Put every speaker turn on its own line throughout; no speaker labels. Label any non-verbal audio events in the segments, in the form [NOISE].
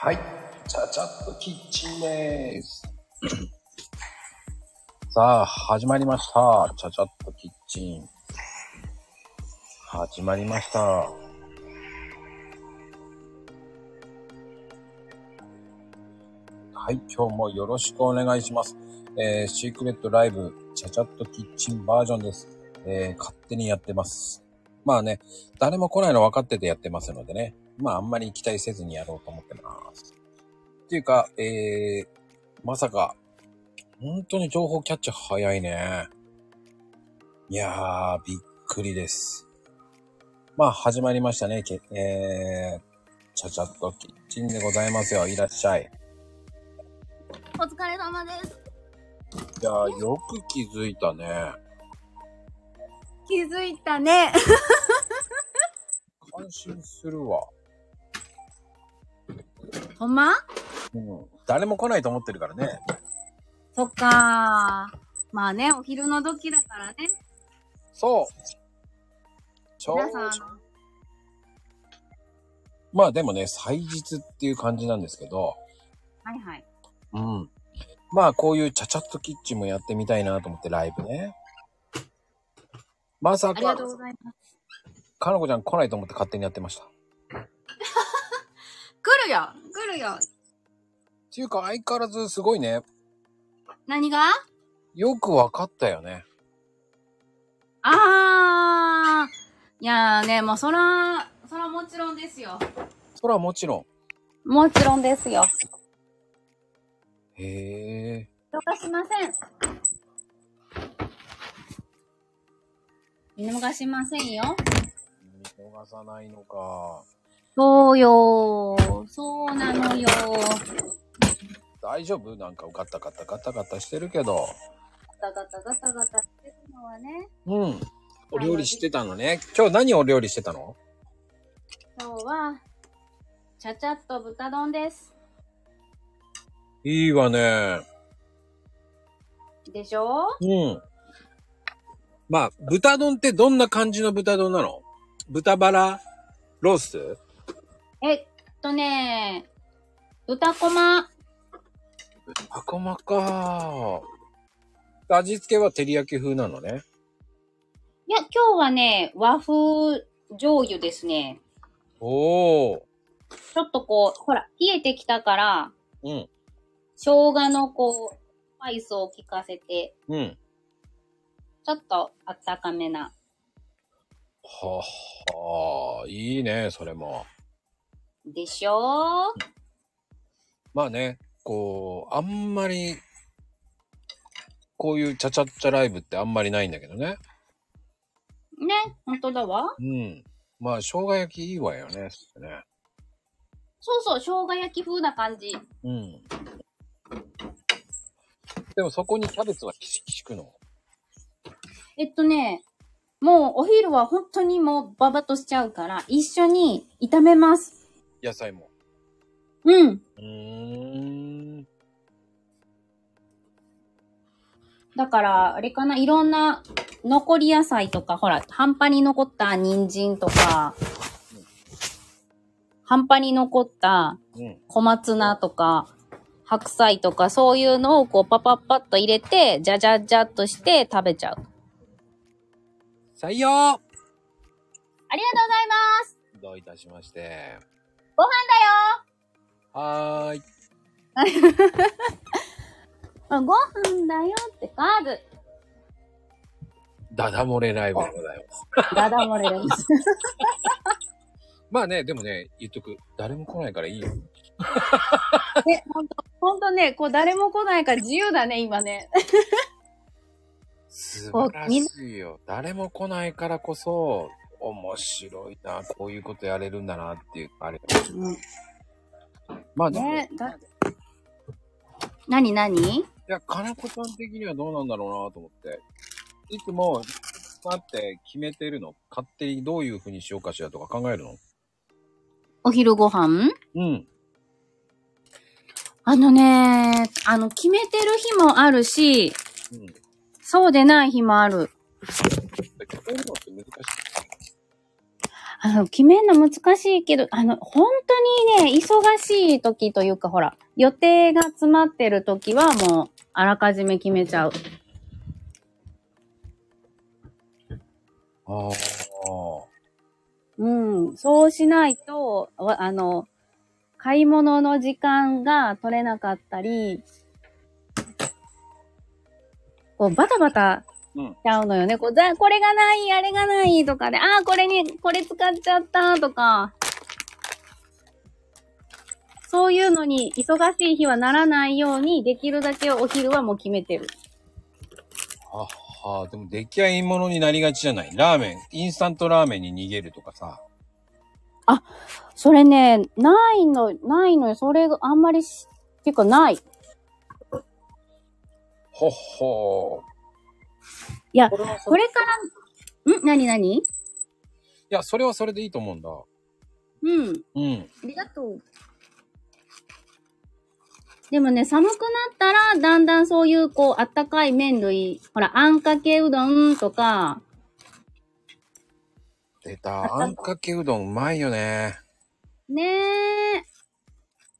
はい。ちゃちゃっとキッチンです。 [COUGHS] さあ、始まりました。ちゃちゃっとキッチン。始まりました。はい、今日もよろしくお願いします。えー、シークレットライブ、ちゃちゃっとキッチンバージョンです。えー、勝手にやってます。まあね、誰も来ないの分かっててやってますのでね。まああんまり期待せずにやろうと思ってます。っていうか、えー、まさか、本当に情報キャッチ早いね。いやー、びっくりです。まあ始まりましたね。えー、ちゃちゃっとキッチンでございますよ。いらっしゃい。
お疲れ様です。
いやー、よく気づいたね。
気づいたね。
感心するわ。
[LAUGHS] ほんま
うん。誰も来ないと思ってるからね。
そっかー。まあね、お昼の時だからね。
そう。
ちょうど。
まあでもね、祭日っていう感じなんですけど。
はいはい。
うん。まあこういうちゃちゃっとキッチンもやってみたいなと思ってライブね。まさか。
ありがとうございます。
かのこちゃん来ないと思って勝手にやってました。
来るよ来るよ
っていうか相変わらずすごいね。
何が
よくわかったよね。
あー。いやーね、もうそら、そらもちろんですよ。
そらもちろ
ん。もちろんですよ。
へえ。
どうかしません。見逃しませんよ。
見逃さないのか。
そうよー。そうなのよー。
大丈夫なんかガタガタガタガタしてるけど。
ガタガタガタガタしてるのはね。
うん。お料理してたのね。今日何お料理してたの
今日は、ちゃちゃっと豚丼です。
いいわね。
でしょ
うん。まあ、豚丼ってどんな感じの豚丼なの豚バラロース
えっとね、豚こま。
豚こまか。味付けは照り焼き風なのね。
いや、今日はね、和風醤油ですね。
おお。
ちょっとこう、ほら、冷えてきたから、
うん。
生姜のこう、スパイスを効かせて、
うん。
ちょっとあったかめな。
ははあ、いいね、それも。
でしょ
まあね、こう、あんまり、こういうちゃちゃっちゃライブってあんまりないんだけどね。
ね、ほんとだわ。
うん。まあ、生姜焼きいいわよね、そね。
そうそう、生姜焼き風な感じ。
うん。でもそこにキャベツはきしきしくの
えっとね、もうお昼は本当にもうババとしちゃうから、一緒に炒めます。
野菜も。
うん。
うーん。
だから、あれかな、いろんな残り野菜とか、ほら、半端に残った人参とか、うん、半端に残った小松菜とか、白菜とか、そういうのをこうパパッパッと入れて、じゃじゃじゃっとして食べちゃう。
採用あ
りがとうございます
どういたしまして。
ご飯
だよはーい。
ご飯だよってカーズ。
ダダ漏れライブでございます。
ダダ漏れです。
まあね、でもね、言っとく。誰も来ないからいいよ。
[LAUGHS] え、ほんと、ほんとね、こう誰も来ないから自由だね、今ね。
素晴らしいよ。誰も来ないからこそ、面白いな、こういうことやれるんだなっていう、あれ。うん、まあでも。ね、だ
なになにい
や、かなこちゃん的にはどうなんだろうなと思って。いつも、待って決めてるの勝手にどういうふうにしようかしらとか考えるの
お昼ご飯
うん。
あのね、あの、決めてる日もあるし、うん、そうでない日もある。
決めるのって難しい。
あの、決めるの難しいけど、あの、本当にね、忙しい時というか、ほら、予定が詰まってる時はもう、あらかじめ決めちゃう。
ああ。
うん、そうしないと、わあの、買い物の時間が取れなかったり、こう、バタバタ
うん
しちゃうのよね。こうざこれがない、あれがないとかで、ああ、これに、これ使っちゃったとか、そういうのに忙しい日はならないように、できるだけお昼はもう決めてる。
ああ、でも出来合いものになりがちじゃない。ラーメン、インスタントラーメンに逃げるとかさ。
それね、ないの、ないのよ。それがあんまりし、てかない。
ほっほー。
いや
これはそ
こ
れ、い
れから、んなになに
や、それはそれでいいと思うんだ。
う
う
ん。
ん。
ありがとう。でもね、寒くなったら、だんだんそういう、こう、あったかい麺類、ほら、あんかけうどんとか、
出た。あんかけうどんうまいよね。
ねえ。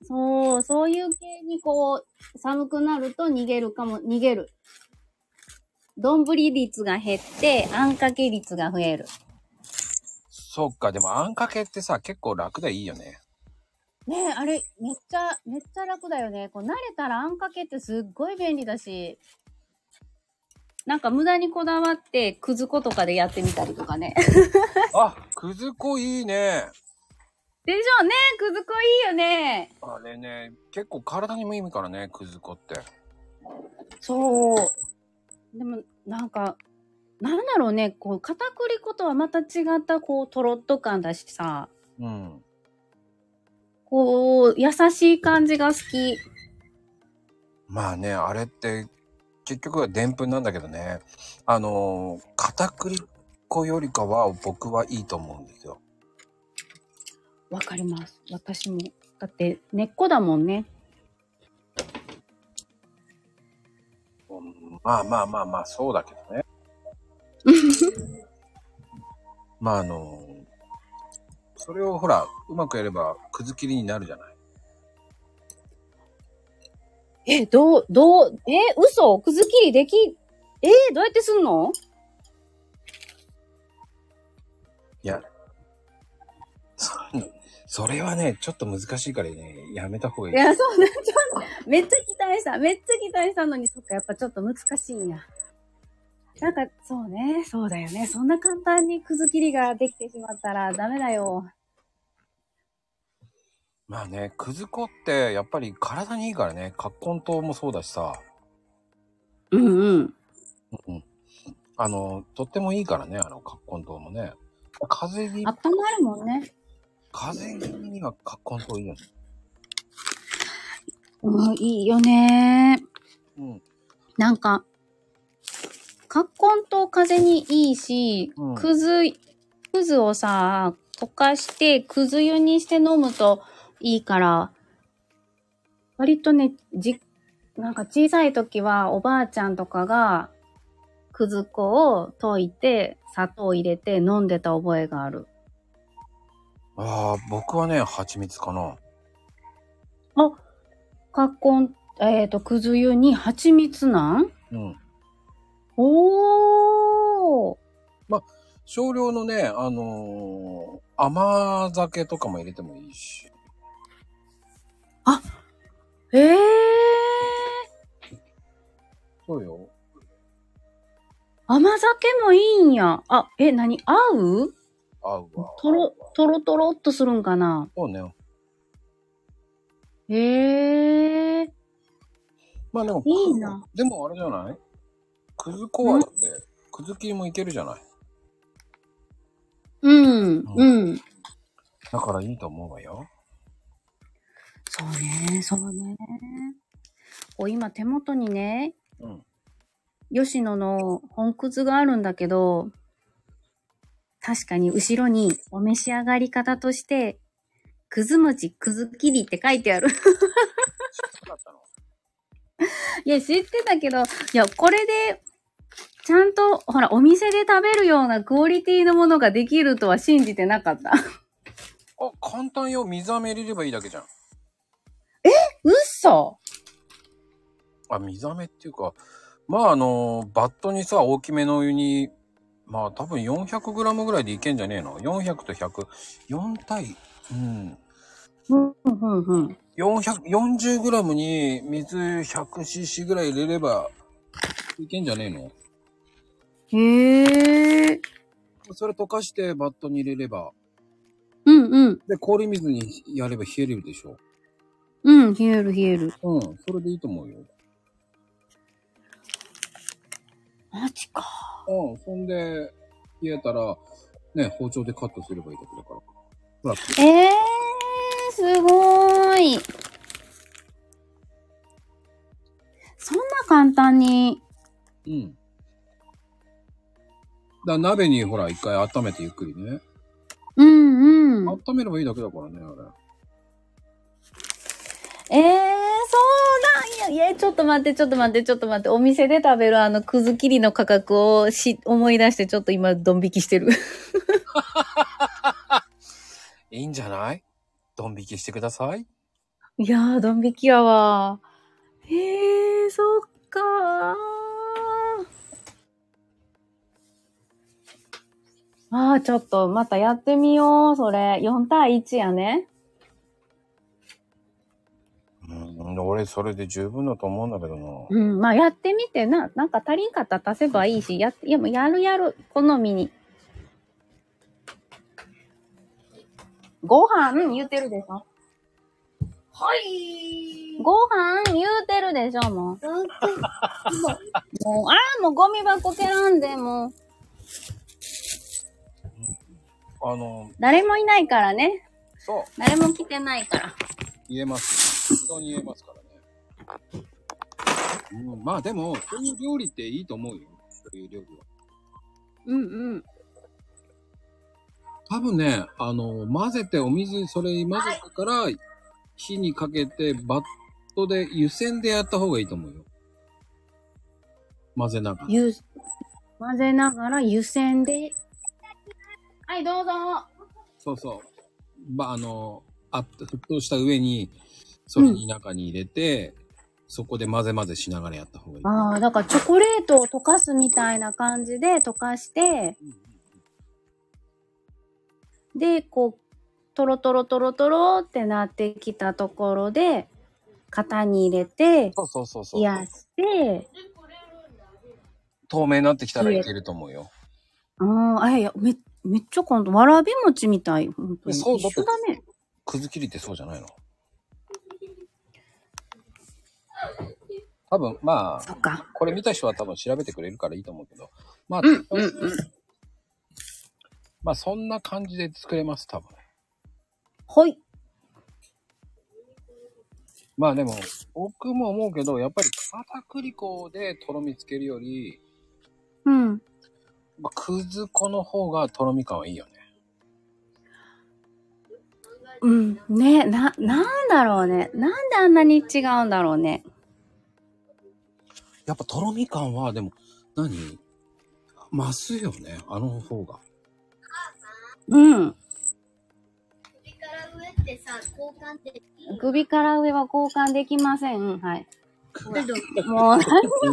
そう、そういう系にこう、寒くなると逃げるかも、逃げる。丼率が減って、あんかけ率が増える。
そっか、でもあんかけってさ、結構楽でいいよ [LAUGHS] ね。
ねえ、あれ、めっちゃ、めっちゃ楽だよね。こう、慣れたらあんかけってすっごい便利だし、なんか無駄にこだわって、くず粉とかでやってみたりと [LAUGHS] かね。でし
あ、くず粉いいね。
ょうね、くず粉いいよね。
あれね、結構体にもいいからね、くず粉って。
そう。でも、なんか、なんだろうね、こう、片栗粉とはまた違った、こう、とろっと感だしさ、
うん。
こう、優しい感じが好き。
まあね、あれって、結局はでんぷんなんだけどね。あのー、片栗粉よりかは僕はいいと思うんですよ。
わかります。私も。だって、根っこだもんね。
うんまあまあまあまあ、そうだけどね。まああのー、それをほら、うまくやれば、くず切りになるじゃない。
え、どう、どう、え、嘘くず切りでき、えどうやってすんの
いや、そういうのそれはね、ちょっと難しいからね、やめた方がい
い
い。
や、そうなんちょっ [LAUGHS] とめっちゃ期待した。めっちゃ期待したのに、そっか、やっぱちょっと難しいんや。なんか、そうね、そうだよね。そんな簡単にくず切りができてしまったらダメだよ。
まあね、くず粉ってやっぱり体にいいからね、葛根糖もそうだしさ、
うんうん。
あの、とってもいいからね、あの葛根糖もね。風邪
あ
に、
ったまるもんね。
風邪気味には葛根糖いいよね。
うん、いいよね。
うん。
なんか、葛根と風にいいし、
うん
くず、くずをさ、溶かして、くず湯にして飲むといいから、割とね、じ、なんか小さい時はおばあちゃんとかが、くず粉を溶いて、砂糖入れて飲んでた覚えがある。
ああ、僕はね、蜂蜜かな。
葛根、えっ、と、くず湯に蜂蜜なん
うん。
おー
少量のね、あのー甘酒とかも入れてもいいし。
ええー
そうよ。
甘酒もいいんや。あ、え、何合う
合うわ。
とろ、とろとろっとするんかな
そうね。
へえー。
まあでも、
いいな。
でもあれじゃないくず粉はだって、くず切りもいけるじゃない。
うん、うん。
だからいいと思うわよ。
そうね、そうね。こう今手元にね、
うん。
吉野の本靴があるんだけど、確かに後ろにお召し上がり方として、くず餅、くず切りって書いてある。
そうだったの
いや、知ってたけど、いや、これで、ちゃんと、ほら、お店で食べるようなクオリティのものができるとは信じてなかった。
あ、簡単よ。水飴入れればいいだけじゃん。
嘘
あ、水飴っていうか、まああの、バットにさ、大きめのお湯に、まあ多分 400g ぐらいでいけんじゃねえの ?400 と100。4対、うん。
うん、うん、うん。
440g に水 100cc ぐらい入れれば、いけんじゃねえの
へえ。
それ溶かしてバットに入れれば。
うん、うん。
で、氷水にやれば冷えるでしょ。
うん、冷える冷える。
うん、それでいいと思うよ。
マジか。
うん、そんで、冷えたら、ね、包丁でカットすればいいだけだから。ほら、
ええー、すごーい。そんな簡単に。
うん。だから鍋にほら、一回温めてゆっくりね。
うんうん。
温めればいいだけだからね、あれ。
ええー、そうなんや。いや、ちょっと待って、ちょっと待って、ちょっと待って。お店で食べるあの、くず切りの価格をし、思い出して、ちょっと今、ドン引きしてる。
いいんじゃないドン引きしてください。
[LAUGHS] いやー、ドン引きやわ。ええー、そっかー。ああ、ちょっと、またやってみよう、それ。4対1やね。
うん、俺それで十分だと思うんだけどな。
うん、まあやってみてな、なんか足りんかったら足せばいいし、やって、いやもうやるやる、好みに。ご飯言うてるでしょ
はい。
ご飯言うてるでしょもう。
なんか、今、
もう、ああ、もうゴミ箱蹴らんで、もう。
あの、
誰もいないからね。
そう、
誰も来てないから。
言えます。本当に言えますからね。うん、まあでも、そういう料理っていいと思うよ。そういう料理は。
うんうん。
多分ね、あの、混ぜて、お水、それ混ぜてから、火にかけて、バットで、湯煎でやった方がいいと思うよ。混ぜながら。
ゆ、混ぜながら湯煎で。はい、どうぞ。
そうそう。ば、あの、あ沸騰した上に、それに中に入れて、そこで混ぜ混ぜしながらやった方がいい。
ああ、だからチョコレートを溶かすみたいな感じで溶かして、
うんうん
で、こう、トロトロトロトロってなってきたところで、型に入れて、
そうそうそうそう。
冷やして、
透明になってきたらいけると思うよ。
うん、あ、いやいや、め、めっちゃ今度、わらび餅みたい。本当に。
そうだって
一緒だね。
くず切りってそうじゃないの多分、ま
そ
あ、
っか。
これ見た人は多分調べてくれるからいいと思うけど。まあ、
うん、うん、うん。
まあ、そんな感じで作れます、多分。
ほい。
まあでも、僕も思うけど、やっぱり片栗粉でとろみつけるより、
うん。
まあ、くず粉の方がとろみ感はいいよね。
うん。ねな、なんだろうね。なんであんなに違うんだろうね。
やっぱとろみ感は、でも、何増すよね、あの方が。
うん。
首から上ってさ、交換できる。
首から上は交換できません。うん、はい。
けど、
もう、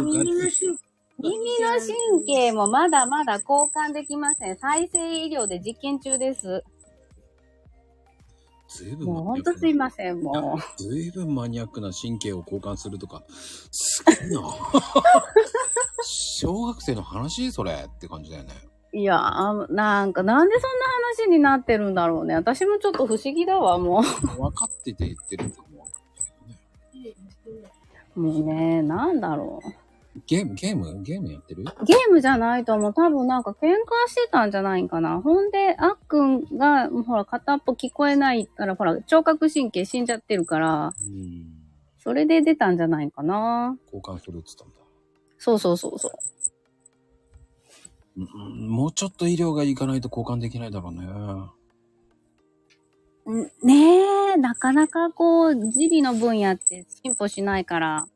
耳の芯
耳の神経もまだまだ交換できません。再生医療で実験中です。
ずいぶん
もうほんとすいません、もう。
ずいぶんマニアックな神経を交換するとか、すごいな。小学生の話それって感じだよね。
いやー、なんか、なんでそんな話になってるんだろうね。私もちょっと不思議だわ、も
分かってて言ってると思
う。 [LAUGHS] もうね、なんだろ
う。ゲーム、ゲームゲームやってる
う。ゲームじゃないと思う。多分なんか喧嘩してたんじゃないんかな。ほんで、あっくんが、ほら、片っぽ聞こえないから、ほら、聴覚神経死んじゃってるから、
うん。
それで出たんじゃないかな。
交換するって言ったんだ。
そうそうそうそう。
うんもうちょっと医療がいかないと交換できないだろうね。
んねえ、なかなかこう、耳鼻の分野って進歩しないから。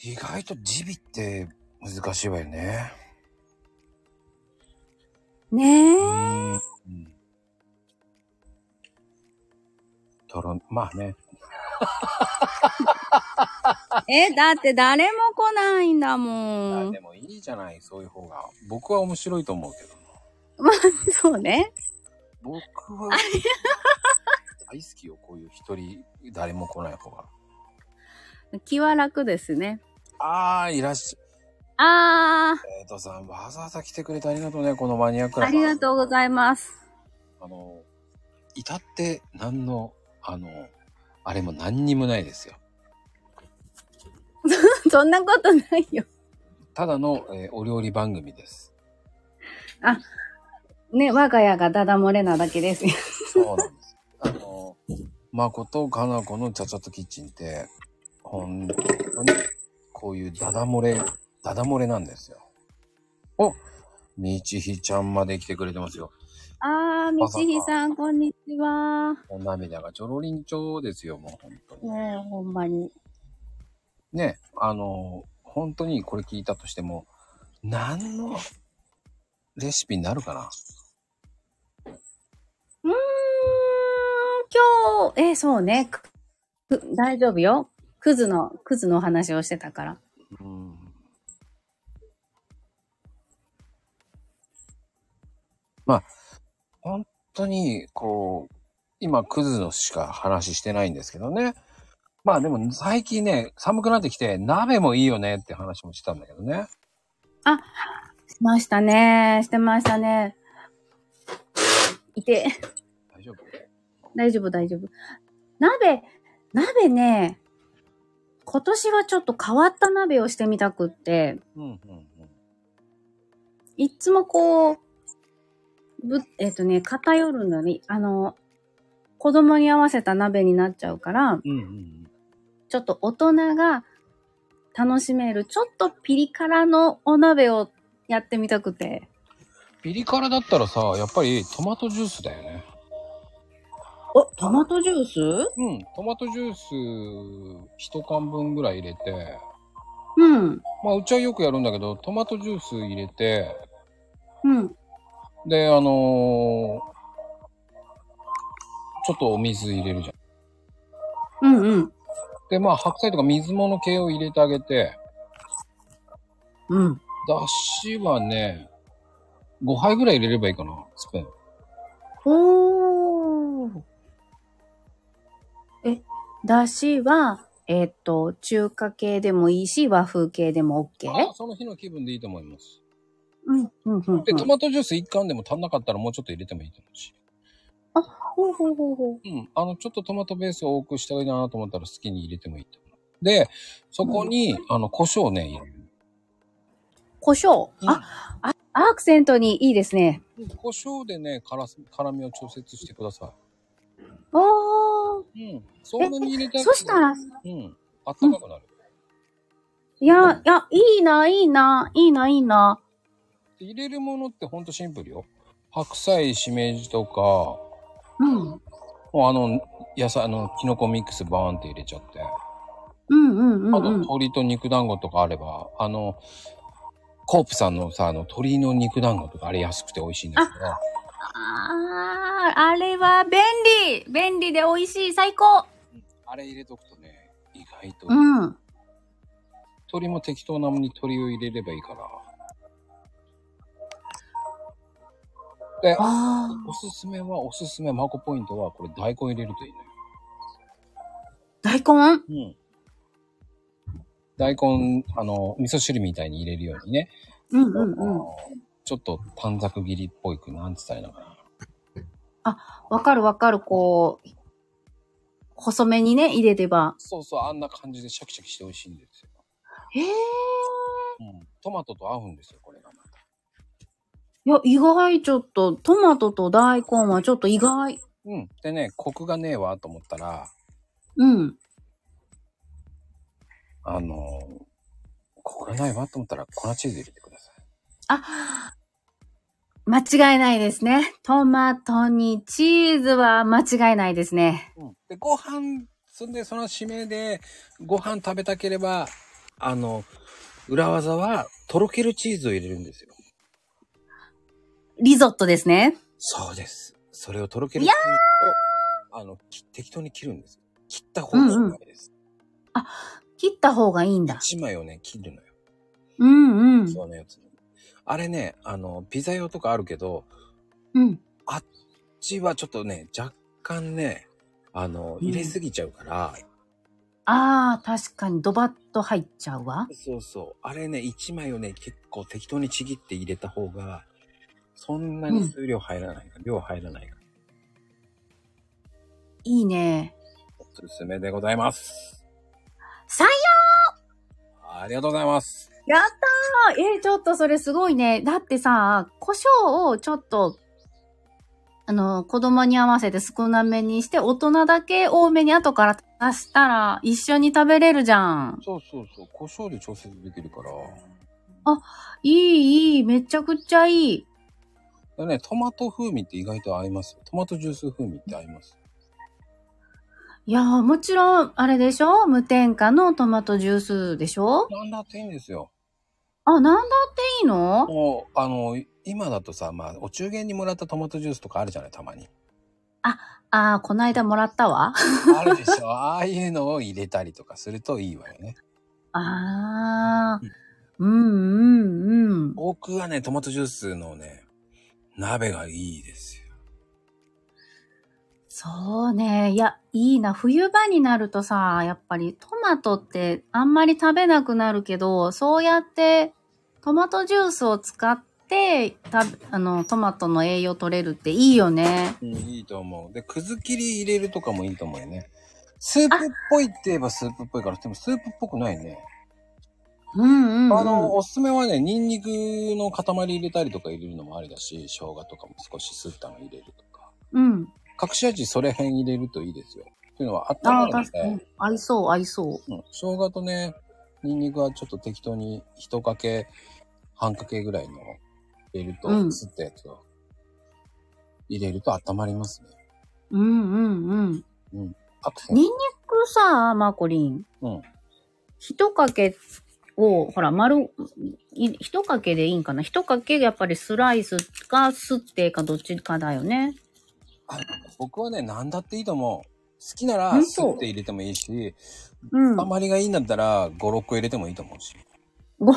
意外と耳鼻って難しいわよね。
ね
うん
え。
うん。とろ、まあね。
え、だって誰も来ないんだ
あ
もん
で。もいいじゃない、そういう方が。僕は面白いと思うけどな。
[LAUGHS] そうね。
僕は、大好きよ、こういう一人、誰も来ない方が。
気は楽ですね。
あー、いらっし
あ
ゃ、えーとさん、わざわざ来てくれてありがとうね、このマニアック
ー、
な。
ありがとうございます。 [LAUGHS]
あの、至って何の、あの、あれも何にもないですよ。
そんなことないよ。
ただの、えーお料理番組です。
ね、我が家がダダ漏れなだけですよ。
そうなんです。あの、まことかなこのちゃちゃっとキッチンって、本当に、こういうダダ漏れ、ダダ漏れなんですよ。おみちひちゃんまで来てくれてますよ。
[LAUGHS] あー、みちひさん、こんにちは。
もう涙がちょろりんちょですよ、もう本当に。
ねえ、ほんまに。
ね、あの、本当にこれ聞いたとしても、何のレシピになるかな
うーん、今日、え、そうね。くく大丈夫よ。クズの、クズのお話をしてたから。
うん。まあ、本当に、こう、今、クズのしか話してないんですけどね。まあでも最近ね、寒くなってきて、鍋もいいよねって話もしてたんだけどね。
しましたね。してましたね。いて。
大丈夫
大丈夫、大丈夫。鍋、鍋ね、今年はちょっと変わった鍋をしてみたくって、
うんうんうん。
いっつもこう、ぶ、えっ、とね、偏るんだよね。あの、子供に合わせた鍋になっちゃうから、
うんうん
ちょっと大人が楽しめる、ちょっとピリ辛のお鍋をやってみたくて。
ピリ辛だったらさ、やっぱりトマトジュースだよね。
お、トマトジュース
うん、トマトジュース一缶分ぐらい入れて、
うん。
まあうちはよくやるんだけど、トマトジュース入れて、
うん。
で、あのーちょっとお水入れるじゃん。
うんうん。
で、まあ、白菜とか水物系を入れてあげて、
うん。
だしはね、5杯ぐらい入れればいいかな、スプーン。
おー。え、だしは、えっ、と、中華系でもいいし、和風系でも OK?
あその日の気分でいいと思います。
うん、うん、うん。
で、トマトジュース1缶でも足んなかったらもうちょっと入れてもいいと思うし。
ほうほうほうほう。
うん、あの、ちょっとトマトベースを多くしたいなと思ったら好きに入れてもいいと思う。で、そこに、あの、胡椒をね、入れる。
胡椒、あ、あ、アクセントにいいですね。
胡椒でね、辛す辛みを調節してくださ
おー。
い。うん。そんなに入れた
そしたら、
うん。あったかくなる。
いや、いや、いいな、いいな、いいな、いいな。
入れるものってほんとシンプルよ。白菜、しめじとか、も
うん。
うあの、野菜、あの、キノコミックスバーンって入れちゃって。あ
うんうんうん、
と、
うん。
鶏と肉団子とかあれば、あの、コープさんのさ、あの、鶏の肉団子とか、あれ安くて美味しいんだけどね。
あー、あれは便利便利で美味しい、最高
あれ入れとくとね、意外と、
うん。
鶏も適当なのに鶏を入れればいいから。で、
あー。
おすすめは、おすすめ、マコポイントは、これ大根入れるといいのよ。
大根
うん。大根、あの、味噌汁みたいに入れるようにね。
うんう
あ
んうん。
のちょっと短冊切りっぽいく、なんつったらいいのかな。
わかるわかる、こう、細めにね、入れれば。
そうそう、あんな感じでシャキシャキして美味しいんですよ。
へえ。
うん。トマトと合うんですよ、これがまた。
いや、意外ちょっと、トマトと大根はちょっと意外。
うん。でね、コクがねえわ、と思ったら、
うん。
あの、コクがないわ、と思ったら、粉チーズ入れてください。
あ、間違いないですね。トマトにチーズは間違いないですね。
うん。で、ご飯、そんで、その締めで、ご飯食べたければ、あの、裏技は、とろけるチーズを入れるんですよ。
リゾットですね。
そうです。それをとろける
いや
あの、き適当に切るんです。切った方がいいんです。
切った方がいいんだ。
一、枚をね、切るのよ。
うんうん。
そのやつ。あれね、あの、ピザ用とかあるけど、
うん。
こっちはちょっとね、若干ね、あの、
うん
入れすぎちゃうから、
ああ、確かにドバッと入っちゃうわ。
そうそう。あれね、1枚をね、結構適当にちぎって入れた方が、そんなに数量入らないから、量入らないから、
いいね。
おすすめでございます。
採用
ありがとうございます。
やったーえーちょっとそれすごいね。だってさ、胡椒をちょっと、あの、子供に合わせて少なめにして、大人だけ多めに後から足したら、一緒に食べれるじゃん。
そうそうそう。胡椒で調節できるから。
いい、いい、めちゃくちゃいい。
でね、トマト風味って意外と合いますよ。トマトジュース風味って合います。
いやー、もちろん、あれでしょ無添加のトマトジュースでしょ
なんだっていいんですよ。
あ、なんだっていいの
もう、あの、今だとさ、まあ、お中元にもらったトマトジュースとかあるじゃない、たま
[LAUGHS]
に。
あー、こないだもらったわ。
あるでしょ。ああいうのを入れたりとかするといいわよね。
あー、うん、うん、うん。
僕はね、トマトジュースのね、鍋がいいですよ。
そうね。いや、いいな。冬場になるとさ、やっぱりトマトってあんまり食べなくなるけど、そうやってトマトジュースを使って、たあの、トマトの栄養取れるっていいよね。
いいと思う。で、くず切り入れるとかもいいと思うよね。スープっぽいって言えばスープっぽいから、でもスープっぽくないね。
うんうん、うん。
あの、おすすめはね、ニンニクの塊入れたりとか入れるのもありだし、生姜とかも少しすったの入れるとか。
うん。
隠し味それ辺入れるといいですよ。っていうのはあった
あ
ま
あ、
るの
確か
で
に。。合いそう、合いそう。
うん、生姜とね、ニンニクはちょっと適当に一かけ、半かけぐらいの入れると、
うん
すったやつを入れると温まりますね。
うんうんうん。
アクセン
ニン
ト
ニクさ、マーコリン。
うん。
一かけを、ほら、丸、い一かけでいいんかな一かけ、やっぱりスライスか、スッテか、どっちかだよね。
あ僕はね、何だっていいと思う。好きなら、
本当
すって入れてもいいし、
うん。
あまりがいいんだったら、5、6個入れてもいいと思うし。
ご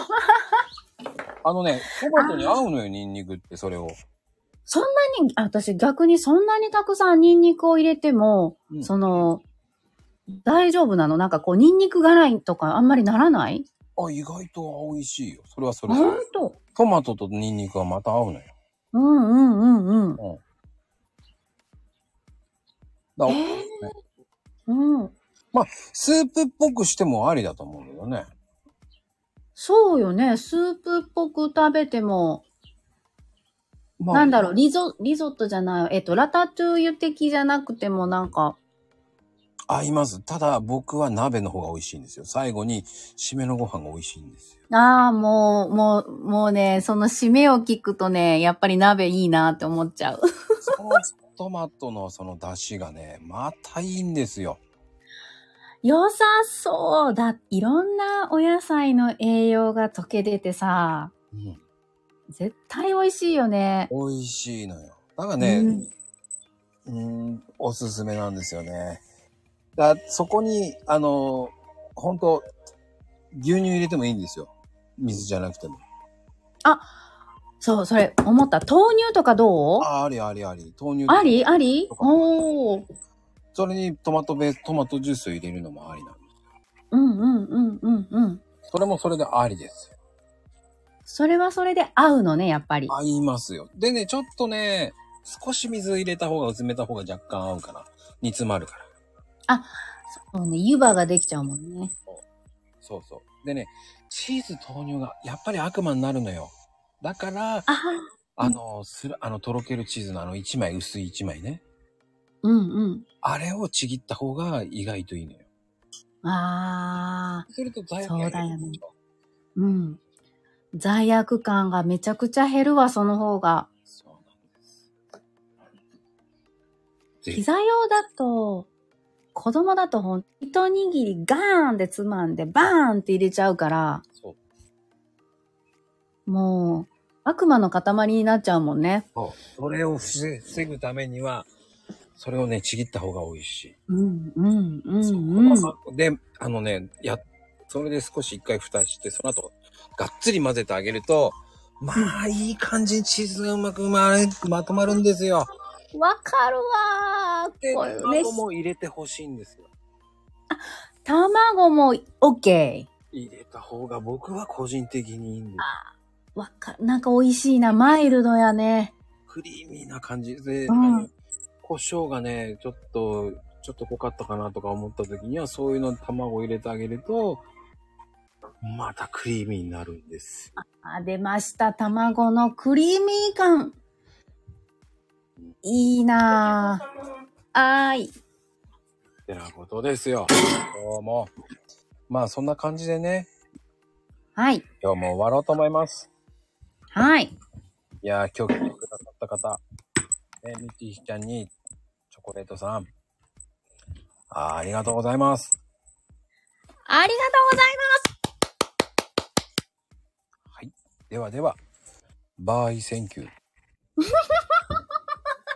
あのね、トマトに合うのよ、ニンニクって、それを。
そんなに、あ私逆にそんなにたくさんニンニクを入れても、
うん
その、大丈夫なのなんかこう、ニンニク辛いとかあんまりならない
あ、意外と美味しいよ。それはそれ。
ほんと
トマトとニンニクはまた合うのよ。
うんうんうんうん。
だから
えーうん。
スープっぽくしてもありだと思うんだよね。
そうよね。スープっぽく食べても、なんだろう、リゾ、リゾットじゃない、えっと、ラタトゥーユ的じゃなくてもなんか、
合います。ただ僕は鍋の方が美味しいんですよ。最後に締めのご飯が美味しいんです
[LAUGHS]
よ。
ああ、もう、もう、もうね、その締めを聞くとね、やっぱり鍋いいなって思っちゃう。
そのトマトのその出汁がね、またいいんですよ。
良さそうだ。いろんなお野菜の栄養が溶け出てさ、
うん、
絶対美味しいよね。
美味しいのよ。だからね、
うん
うーん、おすすめなんですよね。だそこに、あの、本当牛乳入れてもいいんですよ。水じゃなくても。
そう、それ、思った。豆乳とかどう
あ、ありありあり。豆乳とか
ありありおー。
それにトマトベース、トマトジュースを入れるのもありなんです。
うんうんうんうんうん。
それもそれでありですよ。
それはそれで合うのね、やっぱり。
合いますよ。でね、ちょっとね、少し水入れた方が、薄めた方が若干合うかな。煮詰まるから。
そうね、湯葉ができちゃうもんね。
そうそう。でね、チーズ投入が、やっぱり悪魔になるのよ。だから、
あ
あの、する、あの、とろけるチーズのあの、1枚、薄い1枚ね。
うんうん。
あれをちぎった方が意外といいのよ。
ああ、
すると罪悪
そう
感
だよね
減るでしょ
うん。罪悪感がめちゃくちゃ減るわ、その方が。
そうなんです。
ピザ用だと、子供だとほん、一握りガーンでつまんで、バーンって入れちゃうから、
そう。
もう、悪魔の塊になっちゃうもんね。
そうそれを防防ぐためには、それをね、ちぎった方が美味しい。
うん、うん、う
そ
ん、うん。
うで、あのね、や、それで少し一回蓋して、その後、がっつり混ぜてあげると、まあ、いい感じにチーズがうまくままとまるんですよ。
わかるわ
で、
ー。これね
卵、も入れてほしいんですよ。
卵も OK。
入れた方が僕は個人的にいいんです。
わか、なんか美味しいな。マイルドやね。
クリーミーな感じで、
うん
あの胡椒がね、ちょっと、ちょっと濃かったかなとか思った時には、そういうのに卵を入れてあげると、またクリーミーになるんです。
あ、出ました。卵のクリーミー感。いいなぁ。あーい。
ってなことですよ。どうも。まあそんな感じでね、
はい。
今日も終わろうと思います。
はい。
いやー、今日来てくださった方、ね、ミッキーちゃんに、チョコレートさん、あーありがとうございます。
ありがとうござい
ではでは、バイセンキュー。